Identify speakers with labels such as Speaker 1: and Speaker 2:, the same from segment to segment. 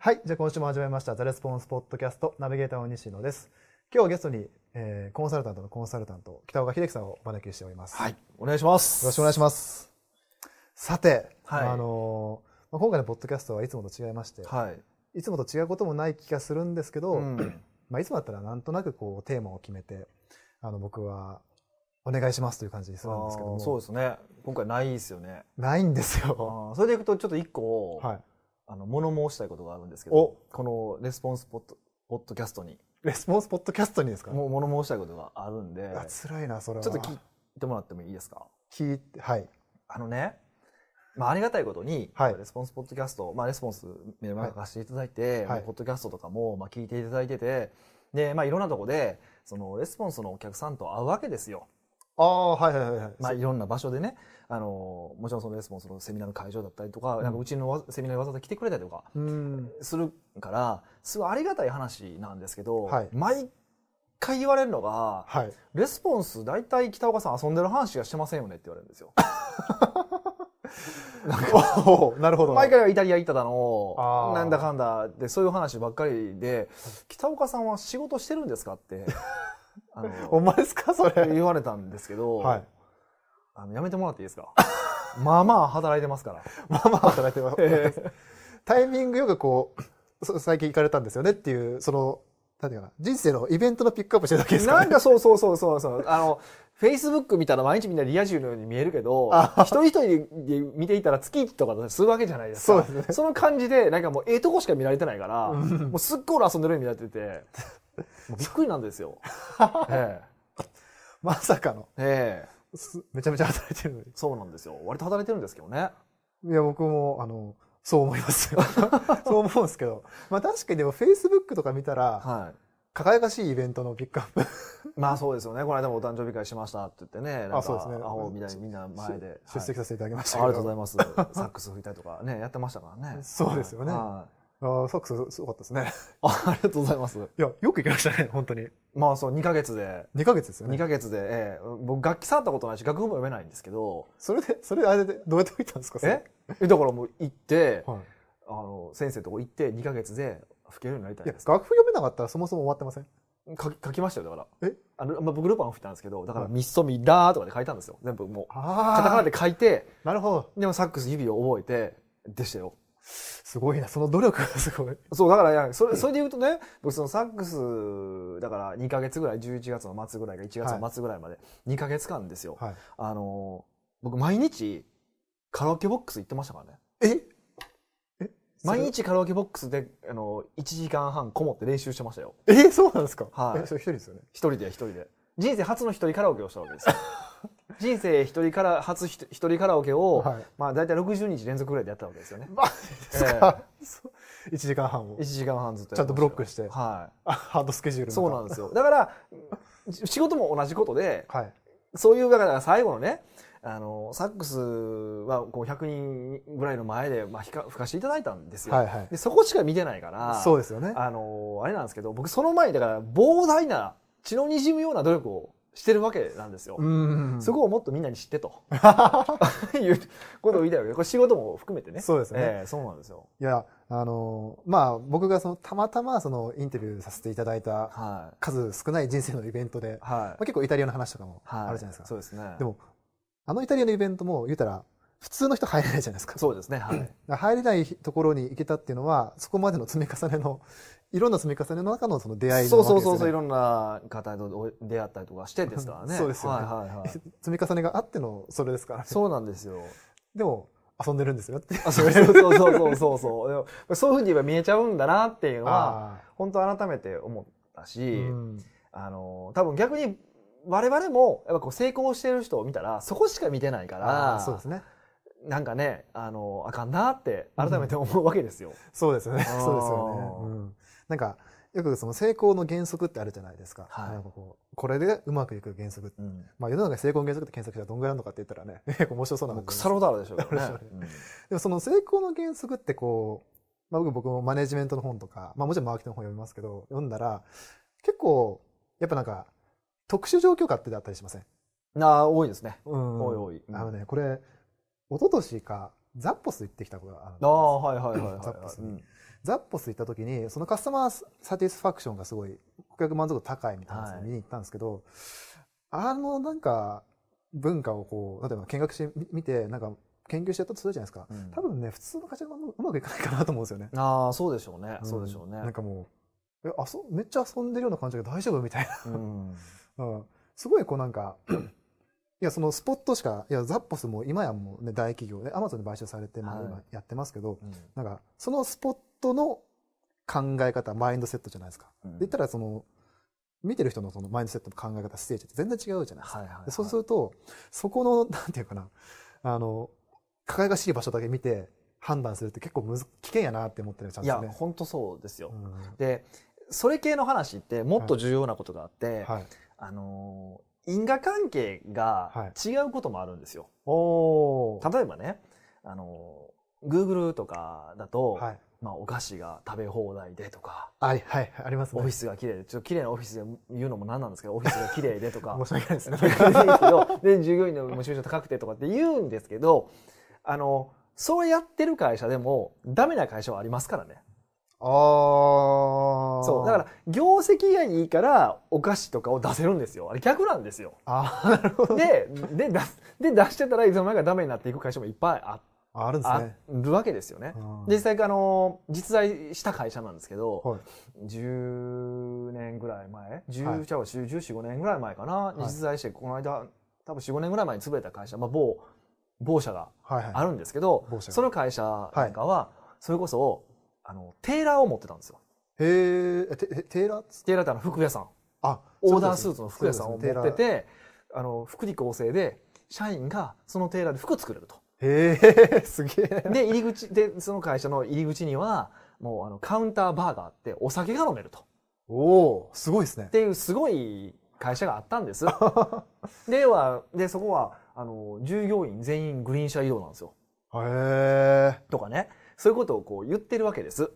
Speaker 1: はい。じゃあ今週も始めました。ザレスポンスポッドキャスト、ナビゲーターの西野です。今日はゲストに、えーコンサルタントのコンサルタント、北岡秀樹さんをお招きしております。
Speaker 2: は
Speaker 1: よ
Speaker 2: い。お願いします。
Speaker 1: ろしくお願いします。さて、
Speaker 2: はい
Speaker 1: あのーまあ、今回のポッドキャストはいつもと違いまして、
Speaker 2: はい。
Speaker 1: いつもと違うこともない気がするんですけど、
Speaker 2: うん
Speaker 1: まあ、いつもだったらなんとなくこうテーマを決めて、あの、僕はお願いしますという感じにするんですけど
Speaker 2: あ
Speaker 1: も、
Speaker 2: ーそうですね。今回ないですよね。
Speaker 1: ないんです
Speaker 2: あ
Speaker 1: よ。
Speaker 2: ーそれでいくとちょっと一個、
Speaker 1: はい。
Speaker 2: あの物申したいことがあるんですけど
Speaker 1: お、
Speaker 2: このレスポンスポッドポッドキャストに
Speaker 1: レスポンスポッドキャストにですか
Speaker 2: もう物申したいことがあるんで、
Speaker 1: あ辛いな、それは。
Speaker 2: ちょっと聞いてもらってもいいですか。
Speaker 1: 聞いて、はい。
Speaker 2: あのね、まあありがたいことに、
Speaker 1: はい
Speaker 2: レスポンスポッドキャスト、まあレスポンスメールマガかしていただいて、
Speaker 1: はい
Speaker 2: まあポッドキャストとかもまあ聞いていただいてて、でまあいろんなとこでそのレスポンスのお客さんと会うわけですよ。
Speaker 1: ああ、はいはいはいはい。
Speaker 2: まあ、いろんな場所でね、あのもちろんそのレスポンスのセミナーの会場だったりとか、
Speaker 1: うん
Speaker 2: なんかうちのわセミナーにわざわざ来てくれたりとか
Speaker 1: うん。
Speaker 2: するから、すごいありがたい話なんですけど、
Speaker 1: はい
Speaker 2: 毎回言われるのが、
Speaker 1: はい。
Speaker 2: レスポンス大体北岡さん遊んでる話がしてませんよねって言われるんですよ。
Speaker 1: おーなるほど。
Speaker 2: 毎回はイタリア行っただの
Speaker 1: あ、ー
Speaker 2: なんだかんだで、そういう話ばっかりで、北岡さんは仕事してるんです かって、あ
Speaker 1: お
Speaker 2: の
Speaker 1: 前ですかそれ。
Speaker 2: 言われたんですけど、
Speaker 1: はい。
Speaker 2: あのやめてもらっていいですか まあまあ働いてますから。
Speaker 1: まあまあ働いてます。タイミングよくこう、そ最近行かれたんですよねっていう、その、なんていうかな、人生のイベントのピックアップしてるだけですか
Speaker 2: な
Speaker 1: ら、
Speaker 2: ん
Speaker 1: ね。
Speaker 2: かそうそうそうそうそう。あの、フェイスブック見たら毎日みんなリア充のように見えるけど、一人一人で見ていたら月とかするわけじゃないですか。
Speaker 1: そうですね
Speaker 2: その感じで、なんかもうええとこしか見られてないから、もうすっごい俺遊んでるように見られてて、もうびっくりなんですよ。え
Speaker 1: まさかの。
Speaker 2: えええ
Speaker 1: すめちゃめちゃ働いてるのに。
Speaker 2: そうなんですよ。割と働いてるんですけどね。
Speaker 1: いや、僕も、あの、そう思いますよ。そう思うんですけど。まあ確かにでも Facebook とか見たら、
Speaker 2: はい。
Speaker 1: 輝かしいイベントのピックアップ。
Speaker 2: まあそうですよね。この間もお誕生日会しましたって言ってね、なんか
Speaker 1: あそうですね
Speaker 2: アホみたいにみんな前で。
Speaker 1: 出席
Speaker 2: は
Speaker 1: さ
Speaker 2: い
Speaker 1: せていただきまし
Speaker 2: あ
Speaker 1: たけ
Speaker 2: り
Speaker 1: ど。
Speaker 2: がとうございます。サックス吹いたりとかね、やってましたからね。
Speaker 1: そうですよね
Speaker 2: はい
Speaker 1: ああ、サックスすごかったですね。
Speaker 2: あありがとうございます。
Speaker 1: いや、よく行きましたね、本当に。
Speaker 2: まあそう、2ヶ月で、
Speaker 1: 2ヶ月ですよ
Speaker 2: 2
Speaker 1: ね。
Speaker 2: ヶ月で、ええ僕楽器触ったことないし、楽譜も読めないんですけど、
Speaker 1: それで、それあれでどうやって行ったんですかそ
Speaker 2: え
Speaker 1: れ
Speaker 2: えだからもう行って、
Speaker 1: はい。
Speaker 2: あの、先生のとこ行って、2ヶ月で吹けるようになりたい
Speaker 1: いや
Speaker 2: で、す。
Speaker 1: 楽譜読めなかったらそもそも終わってません。
Speaker 2: 書き書きましたよ、だから。
Speaker 1: え
Speaker 2: あの、まあ、僕ルパン吹いたんですけど、だから
Speaker 1: はい
Speaker 2: ミッソミラーとかで書いたんですよ。全部もう。
Speaker 1: あ
Speaker 2: カタカナで書いて、
Speaker 1: なるほど。
Speaker 2: でもサックス指を覚えて、でしたよ。
Speaker 1: すごいな。その努 力がすごい。
Speaker 2: そう、だからいや、それ、それで言うとね、僕そのサックス、だから2ヶ月ぐらい、11月の末ぐらいか1月の末ぐらいまで、2ヶ月間ですよ。
Speaker 1: はい。
Speaker 2: あのー僕毎日カラオケボックス行ってましたからね
Speaker 1: ええ
Speaker 2: 毎日カラオケボックスで、あのー、1時間半こもって練習してましたよ
Speaker 1: え、そうなんですか
Speaker 2: はい
Speaker 1: えそれ一人ですよね。
Speaker 2: 一人で一人で人生初の一人カラオケをしたわ けですよ人生一人から初ひと一人カラオケを、
Speaker 1: はい
Speaker 2: まあ大体60日連続ぐらいでやったわけですよね
Speaker 1: マジですか、そう ?1 時間半を
Speaker 2: 1。時間半ずっと
Speaker 1: ちゃんとブロックして
Speaker 2: は
Speaker 1: あハードスケジュー
Speaker 2: い
Speaker 1: ル
Speaker 2: そうなん
Speaker 1: ん
Speaker 2: ですよだからし仕事も同じことで
Speaker 1: はい。
Speaker 2: そういう、だから最後のね、あの、サックスはこう100人ぐらいの前で、まあ、ひか吹かしていただいたんですよ。
Speaker 1: はいはい
Speaker 2: でそこしか見てないから、
Speaker 1: そうですよね。
Speaker 2: あの、あれなんですけど、僕その前に、だから膨大な、血の滲むような努力をしてるわけなんですよ。
Speaker 1: うん。
Speaker 2: そこをもっとみんなに知っ てと。 いうことを言いたいわけで、これ仕事も含めてね。
Speaker 1: そうですね
Speaker 2: ええそうなんですよ。
Speaker 1: いや、あの、まあ、僕がその、たまたまその、インタビューさせていただいた
Speaker 2: はい。
Speaker 1: 数少ない人生のイベントで、ま
Speaker 2: はい
Speaker 1: あ、。結構イタリアの話とかも
Speaker 2: はい
Speaker 1: あるじゃないですか。
Speaker 2: そうですね。
Speaker 1: でも、あのイタリアのイベントも言うたら、普通の人入れないじゃないですか。
Speaker 2: そうですね。はい。
Speaker 1: だから入れないところに行けたっていうのは、そこまでの積み重ねの、いろんな積み重ねの中のその出会いの
Speaker 2: そう
Speaker 1: わけ
Speaker 2: そ
Speaker 1: で
Speaker 2: う
Speaker 1: すよ
Speaker 2: そう
Speaker 1: ね
Speaker 2: そういろんな方と出会ったりとかしてですからね
Speaker 1: そうですよね
Speaker 2: はいはい はい
Speaker 1: 積み重ねがあってのそれですからね。
Speaker 2: そうなんですよ
Speaker 1: でも、遊んでるんですよって。
Speaker 2: あそうそうそうそうそうそうでもそういうふうに言えば見えちゃうんだなっていうのは
Speaker 1: あ
Speaker 2: 本当改めて思ったし、
Speaker 1: ーうん
Speaker 2: あの多分逆に我々もやっぱこう成功してる人を見たらそこしか見てないから
Speaker 1: あーそうですね。
Speaker 2: なんかねあのあかんなって改めて思うわけですよ。
Speaker 1: そうですよね。
Speaker 2: あー
Speaker 1: そうですよね。うんなんか、よくその成功の原則ってあるじゃないですか。
Speaker 2: はい
Speaker 1: なんかこう、これでうまくいく原則。
Speaker 2: うん
Speaker 1: まあ世の中に成功の原則って検索したらどんぐらいあるのかって言ったらね、 結構面白そうな
Speaker 2: も
Speaker 1: の
Speaker 2: う
Speaker 1: で
Speaker 2: 腐るほどあるでしょうけどね
Speaker 1: あるでしょでもその成功の原則ってこう、まあ、僕僕もマネジメントの本とか、まあ、もちろんマーケティングの本読みますけど読んだら結構やっぱなんか特殊状況下ってあったりしません、
Speaker 2: うんなあ多いですね。
Speaker 1: うん
Speaker 2: 多い多い。うん
Speaker 1: あのねこれ一昨年かザッポス行ってきたことがあるんです
Speaker 2: ああはいはいはいはい
Speaker 1: ザッパスに
Speaker 2: うん
Speaker 1: ザッポス行った時にそのカスタマーサティスファクションがすごい顧客満足度高いみたいなやつを見に行ったんですけど、あのなんか文化をこう例えば見学してみ見てなんか研究してやったとするじゃないですか、
Speaker 2: うん
Speaker 1: 多分ね普通の会社がうまうまくいかないかなと思うんですよね。
Speaker 2: ああそうでしょうね、そうでしょうね
Speaker 1: んなんかもうえあそめっちゃ遊んでるような感じが大丈夫みたいな、
Speaker 2: うん
Speaker 1: うん、すごいこうなんか いやそのスポットしかいやザッポスも今やもう、ね、大企業でアマゾンで買収されて、まあ、
Speaker 2: はい
Speaker 1: 今やってますけど、
Speaker 2: うん
Speaker 1: なんかそのスポットの考え方マインドセットじゃないですか。で言ったらその見てる人のそのマインドセットの考え方ステージって全然違うじゃないですか。
Speaker 2: はいはいはい
Speaker 1: でそうするとそこのなんていうかなあの輝かしい場所だけ見て判断するって結構むず危険やなって思ってるちゃん
Speaker 2: い
Speaker 1: で
Speaker 2: や
Speaker 1: すね。
Speaker 2: 本当そうですよ、
Speaker 1: うん
Speaker 2: でそれ系の話ってもっと重要なことがあって、
Speaker 1: はい、
Speaker 2: あのー因果関係が違うこともあるんですよ、
Speaker 1: おー
Speaker 2: 例えばねあのー Google とかだと、
Speaker 1: はい
Speaker 2: まあ、お菓子が食べ放題でとか
Speaker 1: はいはいありますね。
Speaker 2: オフィスが綺麗でちょっと綺麗なオフィスで言うのもなんなんです けどオフィスが綺麗でとか
Speaker 1: 申し訳ないですね。
Speaker 2: で従業員のモチベーション高くてとかって言うんですけどあのそうやってる会社でもダメな会社はありますからね
Speaker 1: ああ
Speaker 2: そうだから業績がいいからお菓子とかを出せるんですよあれ逆なんですよ
Speaker 1: あーなるほど
Speaker 2: でで出すで出してたらいつの間にかダメになっていく会社もいっぱいあ
Speaker 1: ああるんです
Speaker 2: あ
Speaker 1: ね。
Speaker 2: るわけですよね
Speaker 1: うん
Speaker 2: 実際あの実在した会社なんですけど、
Speaker 1: はい
Speaker 2: 10年ぐらい前
Speaker 1: はい
Speaker 2: 10ちゃうわ10 1415年ぐらい前かな
Speaker 1: はい
Speaker 2: 実在してこの間多分45年ぐらい前に潰れた会社、まあ、某某社が
Speaker 1: はいはい。
Speaker 2: あるんですけど、
Speaker 1: 某社が
Speaker 2: その会社なんかはそれこそあのテーラーを持ってたんですよ
Speaker 1: へーえテテテーラー
Speaker 2: テーラーってあの服屋さん
Speaker 1: あ
Speaker 2: オーダースーツの服屋さん
Speaker 1: そ
Speaker 2: を
Speaker 1: う
Speaker 2: 持
Speaker 1: ですね
Speaker 2: ってて、あの福利厚生で社員がそのテーラーで服を作れると。
Speaker 1: へ え、すげえ。
Speaker 2: で入り口でその会社の入り口にはもうあのカウンターバーがあってお酒が飲めると。
Speaker 1: おお、すごいですね
Speaker 2: っ。ていうすごい会社があったん です。ではでそこはあの従業員全員グリーン車移動なんですよ
Speaker 1: へえ、
Speaker 2: とかねそういうことをこう言ってるわけです。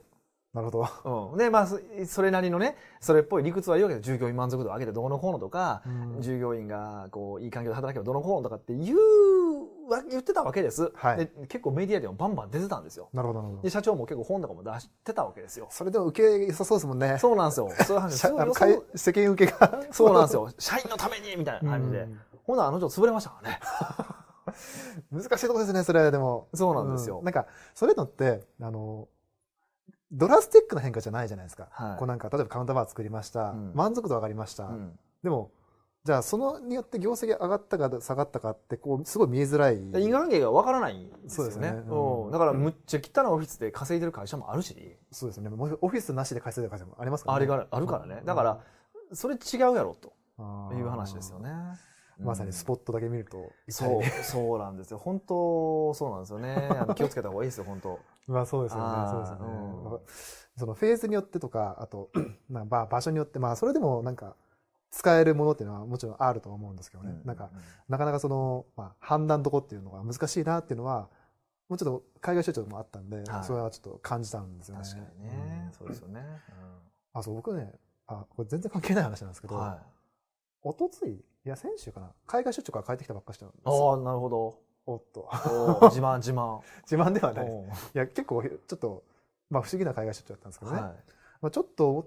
Speaker 1: なるほど。
Speaker 2: うん、でまあそそれなりのねそれっぽい理屈は言うわけで従業員満足度を上げてどうのこうのとか、
Speaker 1: うん
Speaker 2: 従業員がこういい環境で働けばどうのこうのとかって言うわ言ってたわけです、
Speaker 1: はい
Speaker 2: で結構メディアでもバンバン出てたんですよ
Speaker 1: なるほど、なるほ
Speaker 2: で
Speaker 1: ど。
Speaker 2: 社長も結構本とかも出してたわけですよ
Speaker 1: それでも受け良さそうですもんね。
Speaker 2: そうなんですよそういう 話
Speaker 1: 社
Speaker 2: すごい
Speaker 1: あの
Speaker 2: よ
Speaker 1: 会世間受けが。
Speaker 2: そうなんですよ社員のためにみたいな感じで、
Speaker 1: うん
Speaker 2: ほなあの人潰れましたからね
Speaker 1: 難しいとこですね、それでも。
Speaker 2: そうなんですよ
Speaker 1: なんか、そういうのって、あの、ドラスティックな変化じゃないじゃないですか。
Speaker 2: はい
Speaker 1: こうなんか、例えばカウンターバー作りました。
Speaker 2: うん
Speaker 1: 満足度上がりました。
Speaker 2: うん
Speaker 1: でも、じゃあ、そのによって業績上がったか下がったかって、こう、すごい見えづらい。
Speaker 2: で因果関係がわからないんです
Speaker 1: そう
Speaker 2: よ
Speaker 1: で
Speaker 2: ね
Speaker 1: すねうん
Speaker 2: うんだからむっちゃ汚いオフィスで稼いでる会社もあるし、
Speaker 1: そうですよね。もうオフィスなしで稼いでる会社もありますから
Speaker 2: あ
Speaker 1: ね。
Speaker 2: れがあるからね、だからそれ違うやろと
Speaker 1: ら
Speaker 2: いう話ですよね。
Speaker 1: まさにスポ
Speaker 2: ッ
Speaker 1: ットだけ見ると、
Speaker 2: そう、そうなんですよ。本当、そうなんですよね。あの気をつけた方がいいですよ、本当。
Speaker 1: まあそうですよね
Speaker 2: あー
Speaker 1: そうですよね、
Speaker 2: うん
Speaker 1: まあそのフェーズによってとかあと まあば場所によってまあそれでもなんか使えるものっていうのはもちろんあるとは思うんですけどね、なんか、なかなかその、まあ、判断どこっていうのが難しいなっていうのはもうちょっと海外出張もあったんで、
Speaker 2: はい
Speaker 1: それはちょっと感じたんですよね
Speaker 2: 確かに
Speaker 1: う
Speaker 2: ね
Speaker 1: ん。
Speaker 2: そうですよね。
Speaker 1: あそう僕ねあこれ全然関係ない話なんですけ
Speaker 2: うん
Speaker 1: ど、
Speaker 2: はい。
Speaker 1: 一昨日いや先週かな海外出張から帰ってきたばっかりしたんですよ
Speaker 2: ああ、なるほど。
Speaker 1: おっと
Speaker 2: おー自慢、自慢。
Speaker 1: 自慢ではないです
Speaker 2: おー
Speaker 1: いや結構ちょっと、まあ、不思議な海外出張だったんですけどね、
Speaker 2: は
Speaker 1: まあ、ちょっと、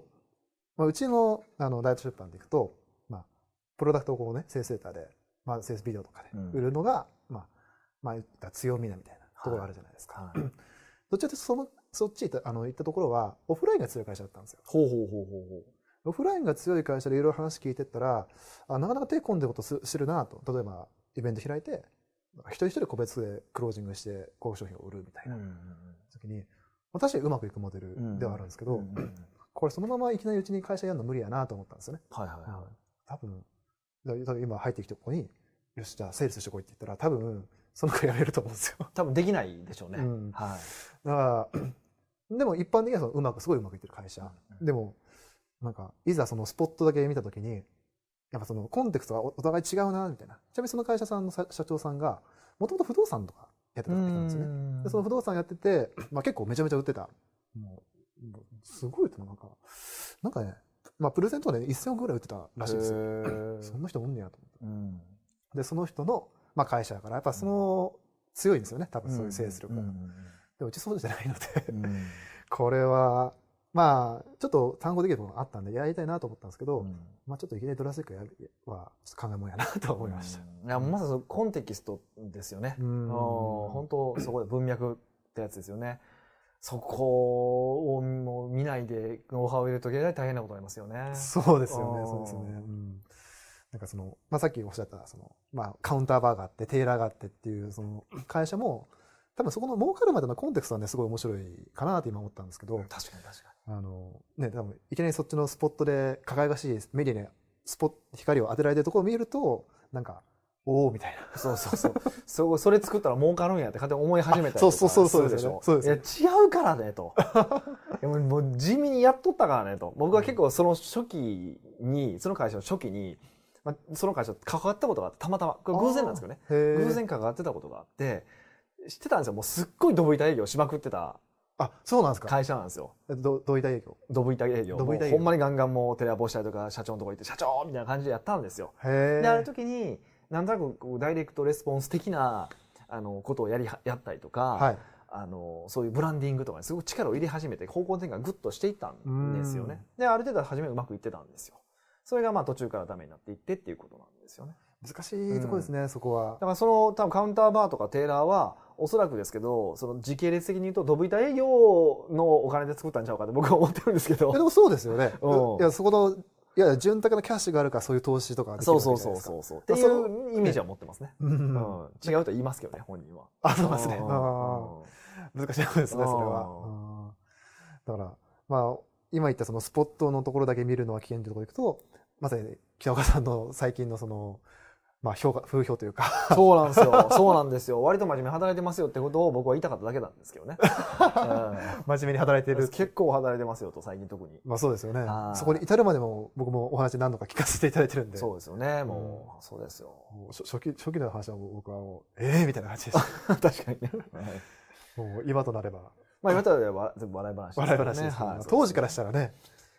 Speaker 1: まあ、うちのあの大東出版でいくと、まあ、プロダクトをこうね生成ーで、まあ、セールスビデオとかで
Speaker 2: うん
Speaker 1: 売るのが、まあまあ、言ったら強みなみたいなところがあるじゃないですか、
Speaker 2: いは
Speaker 1: ど
Speaker 2: い
Speaker 1: っちかというとそのそっち行ったあの行ったところはオフラインが強い会社だったんですよ
Speaker 2: ほうほうほうほうほう。
Speaker 1: オフラインが強い会社でいろいろ話聞いてったらあなかなか手込んでることすしてるなと例えばイベント開いて一人一人個別でクロージングしてこう商品を売るみたいな時に、私はうまくいくモデルではあるんですけど、
Speaker 2: うんうんうん
Speaker 1: これそのままいきなりうちに会社やるの無理やなと思ったんですよね。
Speaker 2: はいはいは
Speaker 1: 多分、だから多分今入ってきてここに、よし、じゃあセールスしてこいって言ったら、多分、その子やめると思うんですよ。
Speaker 2: い。多分できないでしょうね。
Speaker 1: うん
Speaker 2: は
Speaker 1: だから、でも一般的にはそのうまく、すごいうまくいってる会
Speaker 2: い
Speaker 1: 社。。でも、なんか、いざそのスポットだけ見たときに、やっぱそのコンテクストがおお互い違うな、みたいな。ちなみにその会社さんの社社長さんが、もともと不動産とかやってた人なんですよね。でその不動産やってて、まあ、結構めちゃめちゃ売ってた。もう、もうすごいってなんか、なんかね、まあ、プレゼントで、ね、1000億ぐらい売ってたらしいですよ。そんな人おんねやと思って。
Speaker 2: うん
Speaker 1: で、その人の、まあ、会社だから、やっぱその、強いんですよね、多分そういうセールス力が。
Speaker 2: う
Speaker 1: で
Speaker 2: ん
Speaker 1: もうちそうじゃないので、
Speaker 2: うん
Speaker 1: これは、まあ、ちょっと単語できるものがあったんで、やりたいなと思ったんですけど、
Speaker 2: うん
Speaker 1: まあちょっといきなりドラスティックやるは、ちょっと考えもんやなと思いま した。
Speaker 2: うんいや、まさにそのコンテキストですよね。
Speaker 1: うん
Speaker 2: あー本当そこで文脈ってやつですよね。そこをもう見ないでノウハウを入れとけない大変なことになりますよね。
Speaker 1: そうですよ
Speaker 2: あ
Speaker 1: ね、
Speaker 2: ー
Speaker 1: そうですよね。うんなんかその、まあ、さっきおっしゃった、その、まあ、カウンターバーがあって、テーラーがあってっていう、その、会社も、多分そこの儲かるまでのコンテクストはね、すごい面白いかなって今思ったんですけど、
Speaker 2: 確かに確か
Speaker 1: あの、ね、多分いきなりそっちのスポットで、輝かしいメディアにスポッ、光を当てられてるところを見ると、なんか、おおみたいな。
Speaker 2: に。そうそうそう。そそれ作ったら儲かるんやって勝手に思い始めたりとか
Speaker 1: あそうそうそうそう
Speaker 2: するでしょ。
Speaker 1: そうですよねそう
Speaker 2: いや、違うからね、 と。いやもうもう地味にやっとったからね、と。僕は結構その初期に、その会社の初期に、まあ、その会社と関わったことがあって、たまたま。これ偶然なんですけどね。
Speaker 1: あー。へー
Speaker 2: 偶然関わってたことがあって、知ってたんですよ。もうすっごいドブ板営業しまくってた
Speaker 1: あ、そうなんですか。
Speaker 2: 会社なんですよ。
Speaker 1: えどどういった影響
Speaker 2: ドブ板営業。
Speaker 1: ドブ板営業
Speaker 2: もうほんまにガンガンもうテレアポしたりとか、社長のとこ行って、社長みたいな感じでやったんですよ。
Speaker 1: へ
Speaker 2: で、ある
Speaker 1: え。
Speaker 2: 時に、なんとなくこうダイレクトレスポンス的な、あの、ことをやりは、やったりとか、
Speaker 1: はい。
Speaker 2: あの、そういうブランディングとかにすごく力を入れ始めて、方向転換グッとしていったんですよね。で、ある程度初めうまくいってたんですよ。それがまあ途中からダメになっていってっていうことなんですよね。
Speaker 1: 難しいとこですね、そこは
Speaker 2: だ。からその多分カウンターバーとかテーラーはおそらくですけどその時系列的に言うとドブ板営業のお金で作ったんちゃうかって僕は思ってるんですけど
Speaker 1: えでもそうですよね。
Speaker 2: うん
Speaker 1: いや、そこの、いや、潤沢なキャッシュがあるから、そういう投資とかできる
Speaker 2: そ
Speaker 1: わ
Speaker 2: う
Speaker 1: けじゃ
Speaker 2: そ
Speaker 1: な
Speaker 2: う
Speaker 1: い
Speaker 2: そう
Speaker 1: ですか。
Speaker 2: そうそうっ
Speaker 1: ま
Speaker 2: て
Speaker 1: あ
Speaker 2: い
Speaker 1: そう
Speaker 2: うイメージは持ってますね、
Speaker 1: うんうん
Speaker 2: う
Speaker 1: うん
Speaker 2: ん違うとは言いますけどね本人は
Speaker 1: あ、そうなんですね。
Speaker 2: う
Speaker 1: あ
Speaker 2: ん
Speaker 1: ー難しいことですね、それは
Speaker 2: あー
Speaker 1: うん。だから、まあ、今言ったそのスポットのところだけ見るのは危険というところに行くと、まさに北岡さんの最近のその、まあ、評価、風評というか、
Speaker 2: そうなんですよそうなんですよ割と真面目に働いてますよってことを僕は言いたかっただけなんですけど ね、
Speaker 1: 真面目に働いて
Speaker 2: うん
Speaker 1: る。
Speaker 2: 結構働いてますよと最近特に
Speaker 1: まあそうですよね
Speaker 2: あー。
Speaker 1: そこに至るまでも僕もお話何度か聞かせていただいてるんで、
Speaker 2: そうですよねもう、そうですよ
Speaker 1: もう初 初期初期の話はもう僕はもう、ええみたいな感じで した。
Speaker 2: 確かにね、
Speaker 1: もう今となれば、
Speaker 2: まあ今とはわ全部笑い話ですよね
Speaker 1: 笑い話ですけど、
Speaker 2: はい
Speaker 1: 当時からしたらね、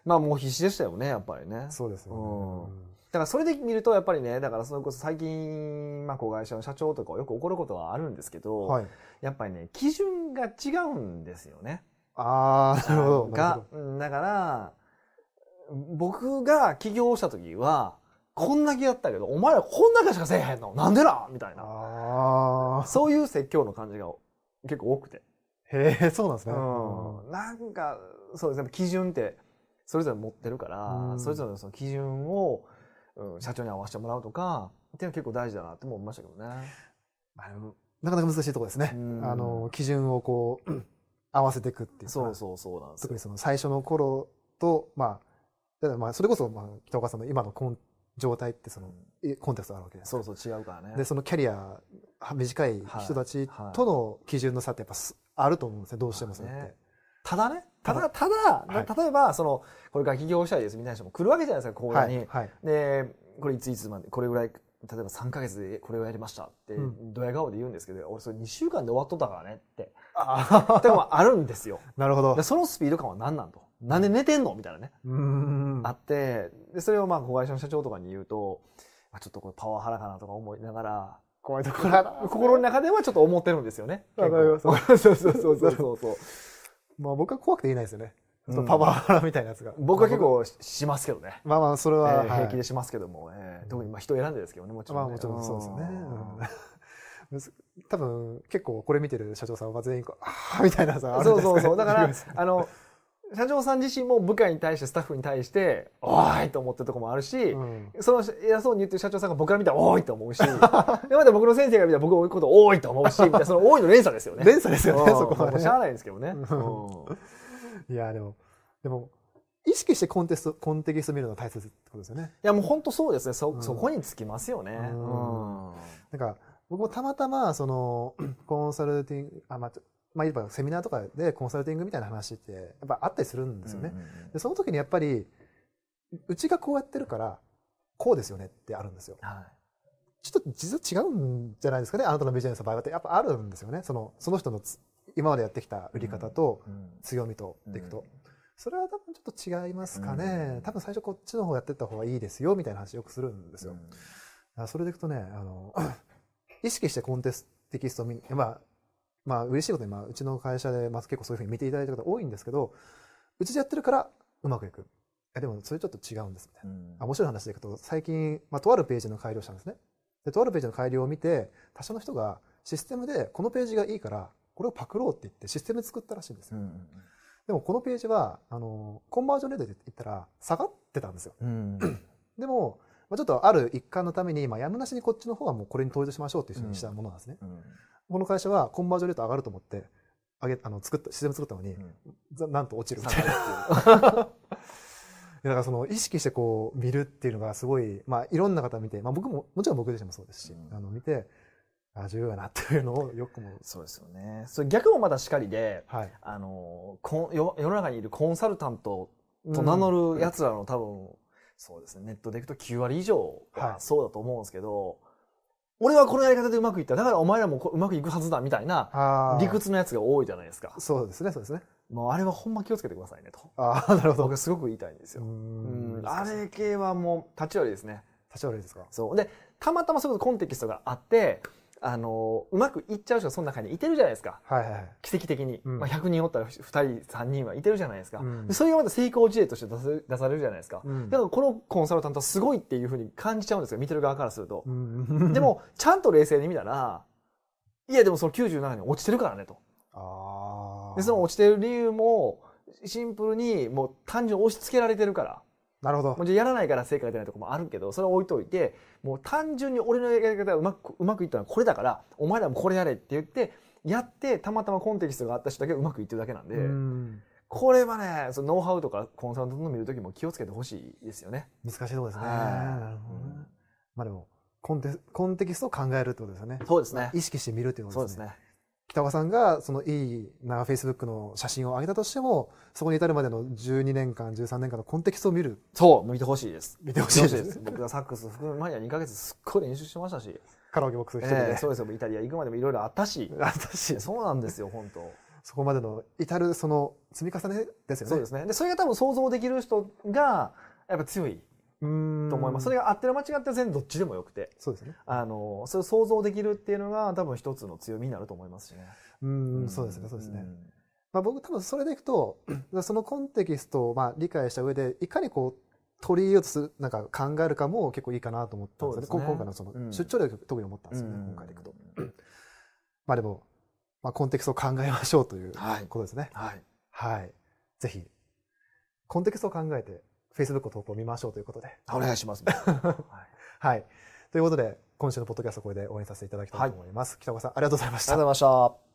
Speaker 2: まあもう必死でしたよね、やっぱりね。
Speaker 1: そうですよね。
Speaker 2: うん
Speaker 1: うん
Speaker 2: だからそれで見ると、やっぱりね、だからそれこそ最近、まあ子会社の社長とかよく怒ることはあるんですけど、
Speaker 1: はい。
Speaker 2: やっぱりね、基準が違うんですよね。
Speaker 1: ああ、なるほど。なる
Speaker 2: が、うんだから、僕が起業した時は、こんだけやったけど、お前らこんだけしかせえへんのなんでなみたい
Speaker 1: ほど
Speaker 2: な。
Speaker 1: ああ、
Speaker 2: そういう説教の感じが結構多くて。
Speaker 1: へえ、そうなんですね。
Speaker 2: うん、なんかそうですね基準ってそれぞれ持ってるから、
Speaker 1: うん
Speaker 2: それぞれのその基準を、うん、社長に合わせてもらうとかっていうのは結構大事だなっても思いましたけどね。
Speaker 1: まあでもなかなか難しいところですね。
Speaker 2: うん
Speaker 1: あの、基準をこう、 合わせていくっていうか。
Speaker 2: そうそうそうなんです
Speaker 1: 特
Speaker 2: よ
Speaker 1: に。その最初の頃と、まあ、だからまあ、それこそ、まあ、北岡さんの今のこん状態って、その、えコンテクストがあるわけです。
Speaker 2: そうそう違うからね。
Speaker 1: で、そのキャリアは短い人たちとの基準の差ってやっぱすあると思うんですね。どうしてもそれっ
Speaker 2: まあ
Speaker 1: て
Speaker 2: ね。ただねただただ、
Speaker 1: はい
Speaker 2: な例えばそのこれから起業したいですみたいな人も来るわけじゃないですか講座
Speaker 1: は
Speaker 2: に。
Speaker 1: い。はい。
Speaker 2: でこれいついつまでこれぐらい例えば3か月でこれをやりましたって
Speaker 1: うん
Speaker 2: ドヤ顔で言うんですけど、俺それ2週間で終わっとったからね って
Speaker 1: あ
Speaker 2: でもあるんですよ。
Speaker 1: なるほ ど
Speaker 2: で。そのスピード感は何なんと。なんで寝てんのみたいなね。
Speaker 1: うーん。
Speaker 2: あって、で、それをまあ、子会社の社長とかに言うと、あちょっとこれパワハラかなとか思いながら、
Speaker 1: 怖いところだな
Speaker 2: 心の中ではちょっと思ってるんですよね。
Speaker 1: わかります
Speaker 2: 結 構そうそうそうそうそうそう。
Speaker 1: まあ僕は怖くて言えないですよね。
Speaker 2: うん
Speaker 1: そのパワハラみたいなやつが。
Speaker 2: 僕は結構ししますけどね。
Speaker 1: まあまあ、それ
Speaker 2: え
Speaker 1: は、は
Speaker 2: ー
Speaker 1: い
Speaker 2: 平気でしますけども、えー特にまあ人選んでですけどね、もちろ
Speaker 1: ま
Speaker 2: ん、ね。
Speaker 1: あもちろんそうですよね
Speaker 2: う
Speaker 1: う
Speaker 2: ん。
Speaker 1: ん多分、結構これ見てる社長さんは全員こう、ああ、みたいな さ、あるんです
Speaker 2: そう
Speaker 1: か
Speaker 2: そうそう。だか
Speaker 1: いるん
Speaker 2: ら
Speaker 1: です、
Speaker 2: あの、社長さん自身も部下に対して、スタッフに対して、おーいと思ってるとこもあるし、
Speaker 1: うん
Speaker 2: その偉そうに言ってる社長さんが僕から見たら多いと 思うし、でまた僕の先生が見たら僕を追うこと多いと思うし、みたいな、その多いの連鎖ですよね。
Speaker 1: 連鎖ですよね、
Speaker 2: うん
Speaker 1: そこは
Speaker 2: もう
Speaker 1: ね
Speaker 2: しゃあないんですけどね。
Speaker 1: ん
Speaker 2: うん
Speaker 1: いや、でも、でも、意識してコンテスト、コンテキスト見るのは大切ってことですよね。
Speaker 2: いや、もう本当そうですね。
Speaker 1: う
Speaker 2: そ、
Speaker 1: ん
Speaker 2: そこにつきますよね。
Speaker 1: うん
Speaker 2: うん
Speaker 1: なんか、僕もたまたま、その、 コンサルティング、あ、まあ、ちょまあ、いえばセミナーとかでコンサルティングみたいな話って、やっぱあったりするんですよね。で、その時にやっぱり、うちがこうやってるから、こうですよねってあるんですよ。
Speaker 2: は
Speaker 1: ちょっと実は違うんじゃないですかね、あなたのビジネスの場合はって、やっぱあるんですよね、そのその人のつ今までやってきた売り方と
Speaker 2: い。
Speaker 1: 強みとっていくと、
Speaker 2: うん
Speaker 1: それは多分ちょっと違いますかね、
Speaker 2: うん
Speaker 1: 多分最初、こっちの方やってった方がいいですよみたいな話、よくするんですよ。だ からそれでいくとねあの、意識してコンテステキストを見、まあ、まあ嬉しいことに、まあ、うちの会社で、まあ、結構そういうふうに見ていただいた方多いんですけど、うちでやってるからうまくいく。いやでもそれちょっと違うんですみたいな。あ面白い話でいくと、最近、まあ、とあるページの改良したんですね。で、とあるページの改良を見て、他社の人がシステムでこのページがいいから、これをパクろうって言ってシステム作ったらしいんですよ。でもこのページは、あの、コンバージョンレートで言ったら下がってたんですよ。でも、まあ、ちょっとある一環のために、まあ、やむなしにこっちの方はもうこれに統一しましょうっていうふうにしたものなんですね。この会社はコンバージョンレート上がると思って、上げ、あの、作った、システム作ったのに、ざなんと落ちるみたいな。 だからその意識してこう見るっていうのがすごい、まあいろんな方見て、まあ僕も、もちろん僕自身もそうですし、
Speaker 2: うん
Speaker 1: あの見て、あ、重要やなっていうのをよくも、
Speaker 2: そうですよね。それ逆もまだしかりで、
Speaker 1: はい。
Speaker 2: あのこん世世の中にいるコンサルタントと名乗る奴らの多分、そうですね、ネットでいくと9割以上
Speaker 1: はい
Speaker 2: はそうだと思うんですけど、俺はこのやり方でうまくいった、だからお前らもこうまくいくはずだみたいな
Speaker 1: あー
Speaker 2: 理屈のやつが多いじゃないですか。
Speaker 1: そうですね、そうですね。
Speaker 2: もうあれはほんま気をつけてくださいね と。
Speaker 1: ああ、なるほど。
Speaker 2: 僕すごく言いたいんです
Speaker 1: うー
Speaker 2: よ。うん
Speaker 1: ん
Speaker 2: あれ系はもう立ち寄りですね。
Speaker 1: 立ち悪いですか
Speaker 2: そう。で、たまたまそういうことコンテキストがあって、あのうまくいっちゃう人がその中にいてるじゃないですか。
Speaker 1: はいはいはい。
Speaker 2: 奇跡的に、
Speaker 1: うん
Speaker 2: まあ、100人おったら2人3人はいてるじゃないですか、
Speaker 1: うん
Speaker 2: でそれがまた成功事例として出せ出されるじゃないですか、
Speaker 1: うん
Speaker 2: だからこのコンサルタントはすごいっていうふうに感じちゃうんですよ見てる側からすると、
Speaker 1: うん
Speaker 2: で、もちゃんと冷静に見たらいやでもその97に落ちてるからねと
Speaker 1: ああ。
Speaker 2: でその落ちてる理由もシンプルにもう単純に押し付けられてるから
Speaker 1: なるほ
Speaker 2: も
Speaker 1: ど。
Speaker 2: うじゃあやらないから成果が出ないとこもあるけどそれは置いといてもう単純に俺のやり方がうまくうまくいったのはこれだからお前らもこれやれって言ってやってたまたまコンテキストがあった人だけうまくいってるだけなんで、
Speaker 1: うん
Speaker 2: これはね、そのノウハウとかコンサルタントの見るときも気をつけてほしいですよね。
Speaker 1: 難しいところですね。
Speaker 2: はい
Speaker 1: なるほどね
Speaker 2: うん
Speaker 1: まあでも、コンテコンテキストを考えるってことですよね。
Speaker 2: そうですね
Speaker 1: 意識して見るっていうこと
Speaker 2: そう
Speaker 1: で
Speaker 2: ですす
Speaker 1: ね。
Speaker 2: ね。
Speaker 1: 北岡さんが、そのいいな、Facebook の写真を上げたとしても、そこに至るまでの12年間、13年間のコンテキストを見る。
Speaker 2: そう、見てほしいです。
Speaker 1: 見てほしいです
Speaker 2: 僕がサックス含む前には2ヶ月すっごい練習してましたし、
Speaker 1: カラオケボックス一人
Speaker 2: え
Speaker 1: で
Speaker 2: え。そうですよ、イタリア行くまでもいろいろあったし、
Speaker 1: 私、
Speaker 2: そうなんですよ、本当。
Speaker 1: そこまでの至るその積み重ねですよね。
Speaker 2: そうですね。で、それが多分想像できる人が、やっぱ強いと
Speaker 1: と
Speaker 2: 思います。それが合ってる間違ってる全然どっちでもよくて。
Speaker 1: そうですね。
Speaker 2: あの、それを想像できるっていうのが多分一つの強みになると思いますしね。
Speaker 1: う、
Speaker 2: うん
Speaker 1: そうですね、そうですね。まあ、僕多分それでいくと そのコンテキストをまあ理解した上でいかにこう取り入れようとするなんか考えるかも結構いいかなと思ったんですよね
Speaker 2: そうですね
Speaker 1: こ今回のその
Speaker 2: うん
Speaker 1: 出張で特に思ったんですよね、今回でいくと。まあでも、まあ、コンテキストを考えましょうという
Speaker 2: はい
Speaker 1: ことですね。
Speaker 2: はい。
Speaker 1: はい、ぜひコンテキストを考えて Facebook の投稿を見ましょうということで。
Speaker 2: お願いし ます。はい
Speaker 1: はい、ということで今週のポッドキャストはこれで応援させていただきたいと思います。北岡さんありがとうございまし
Speaker 2: あ
Speaker 1: た
Speaker 2: りがとうございました。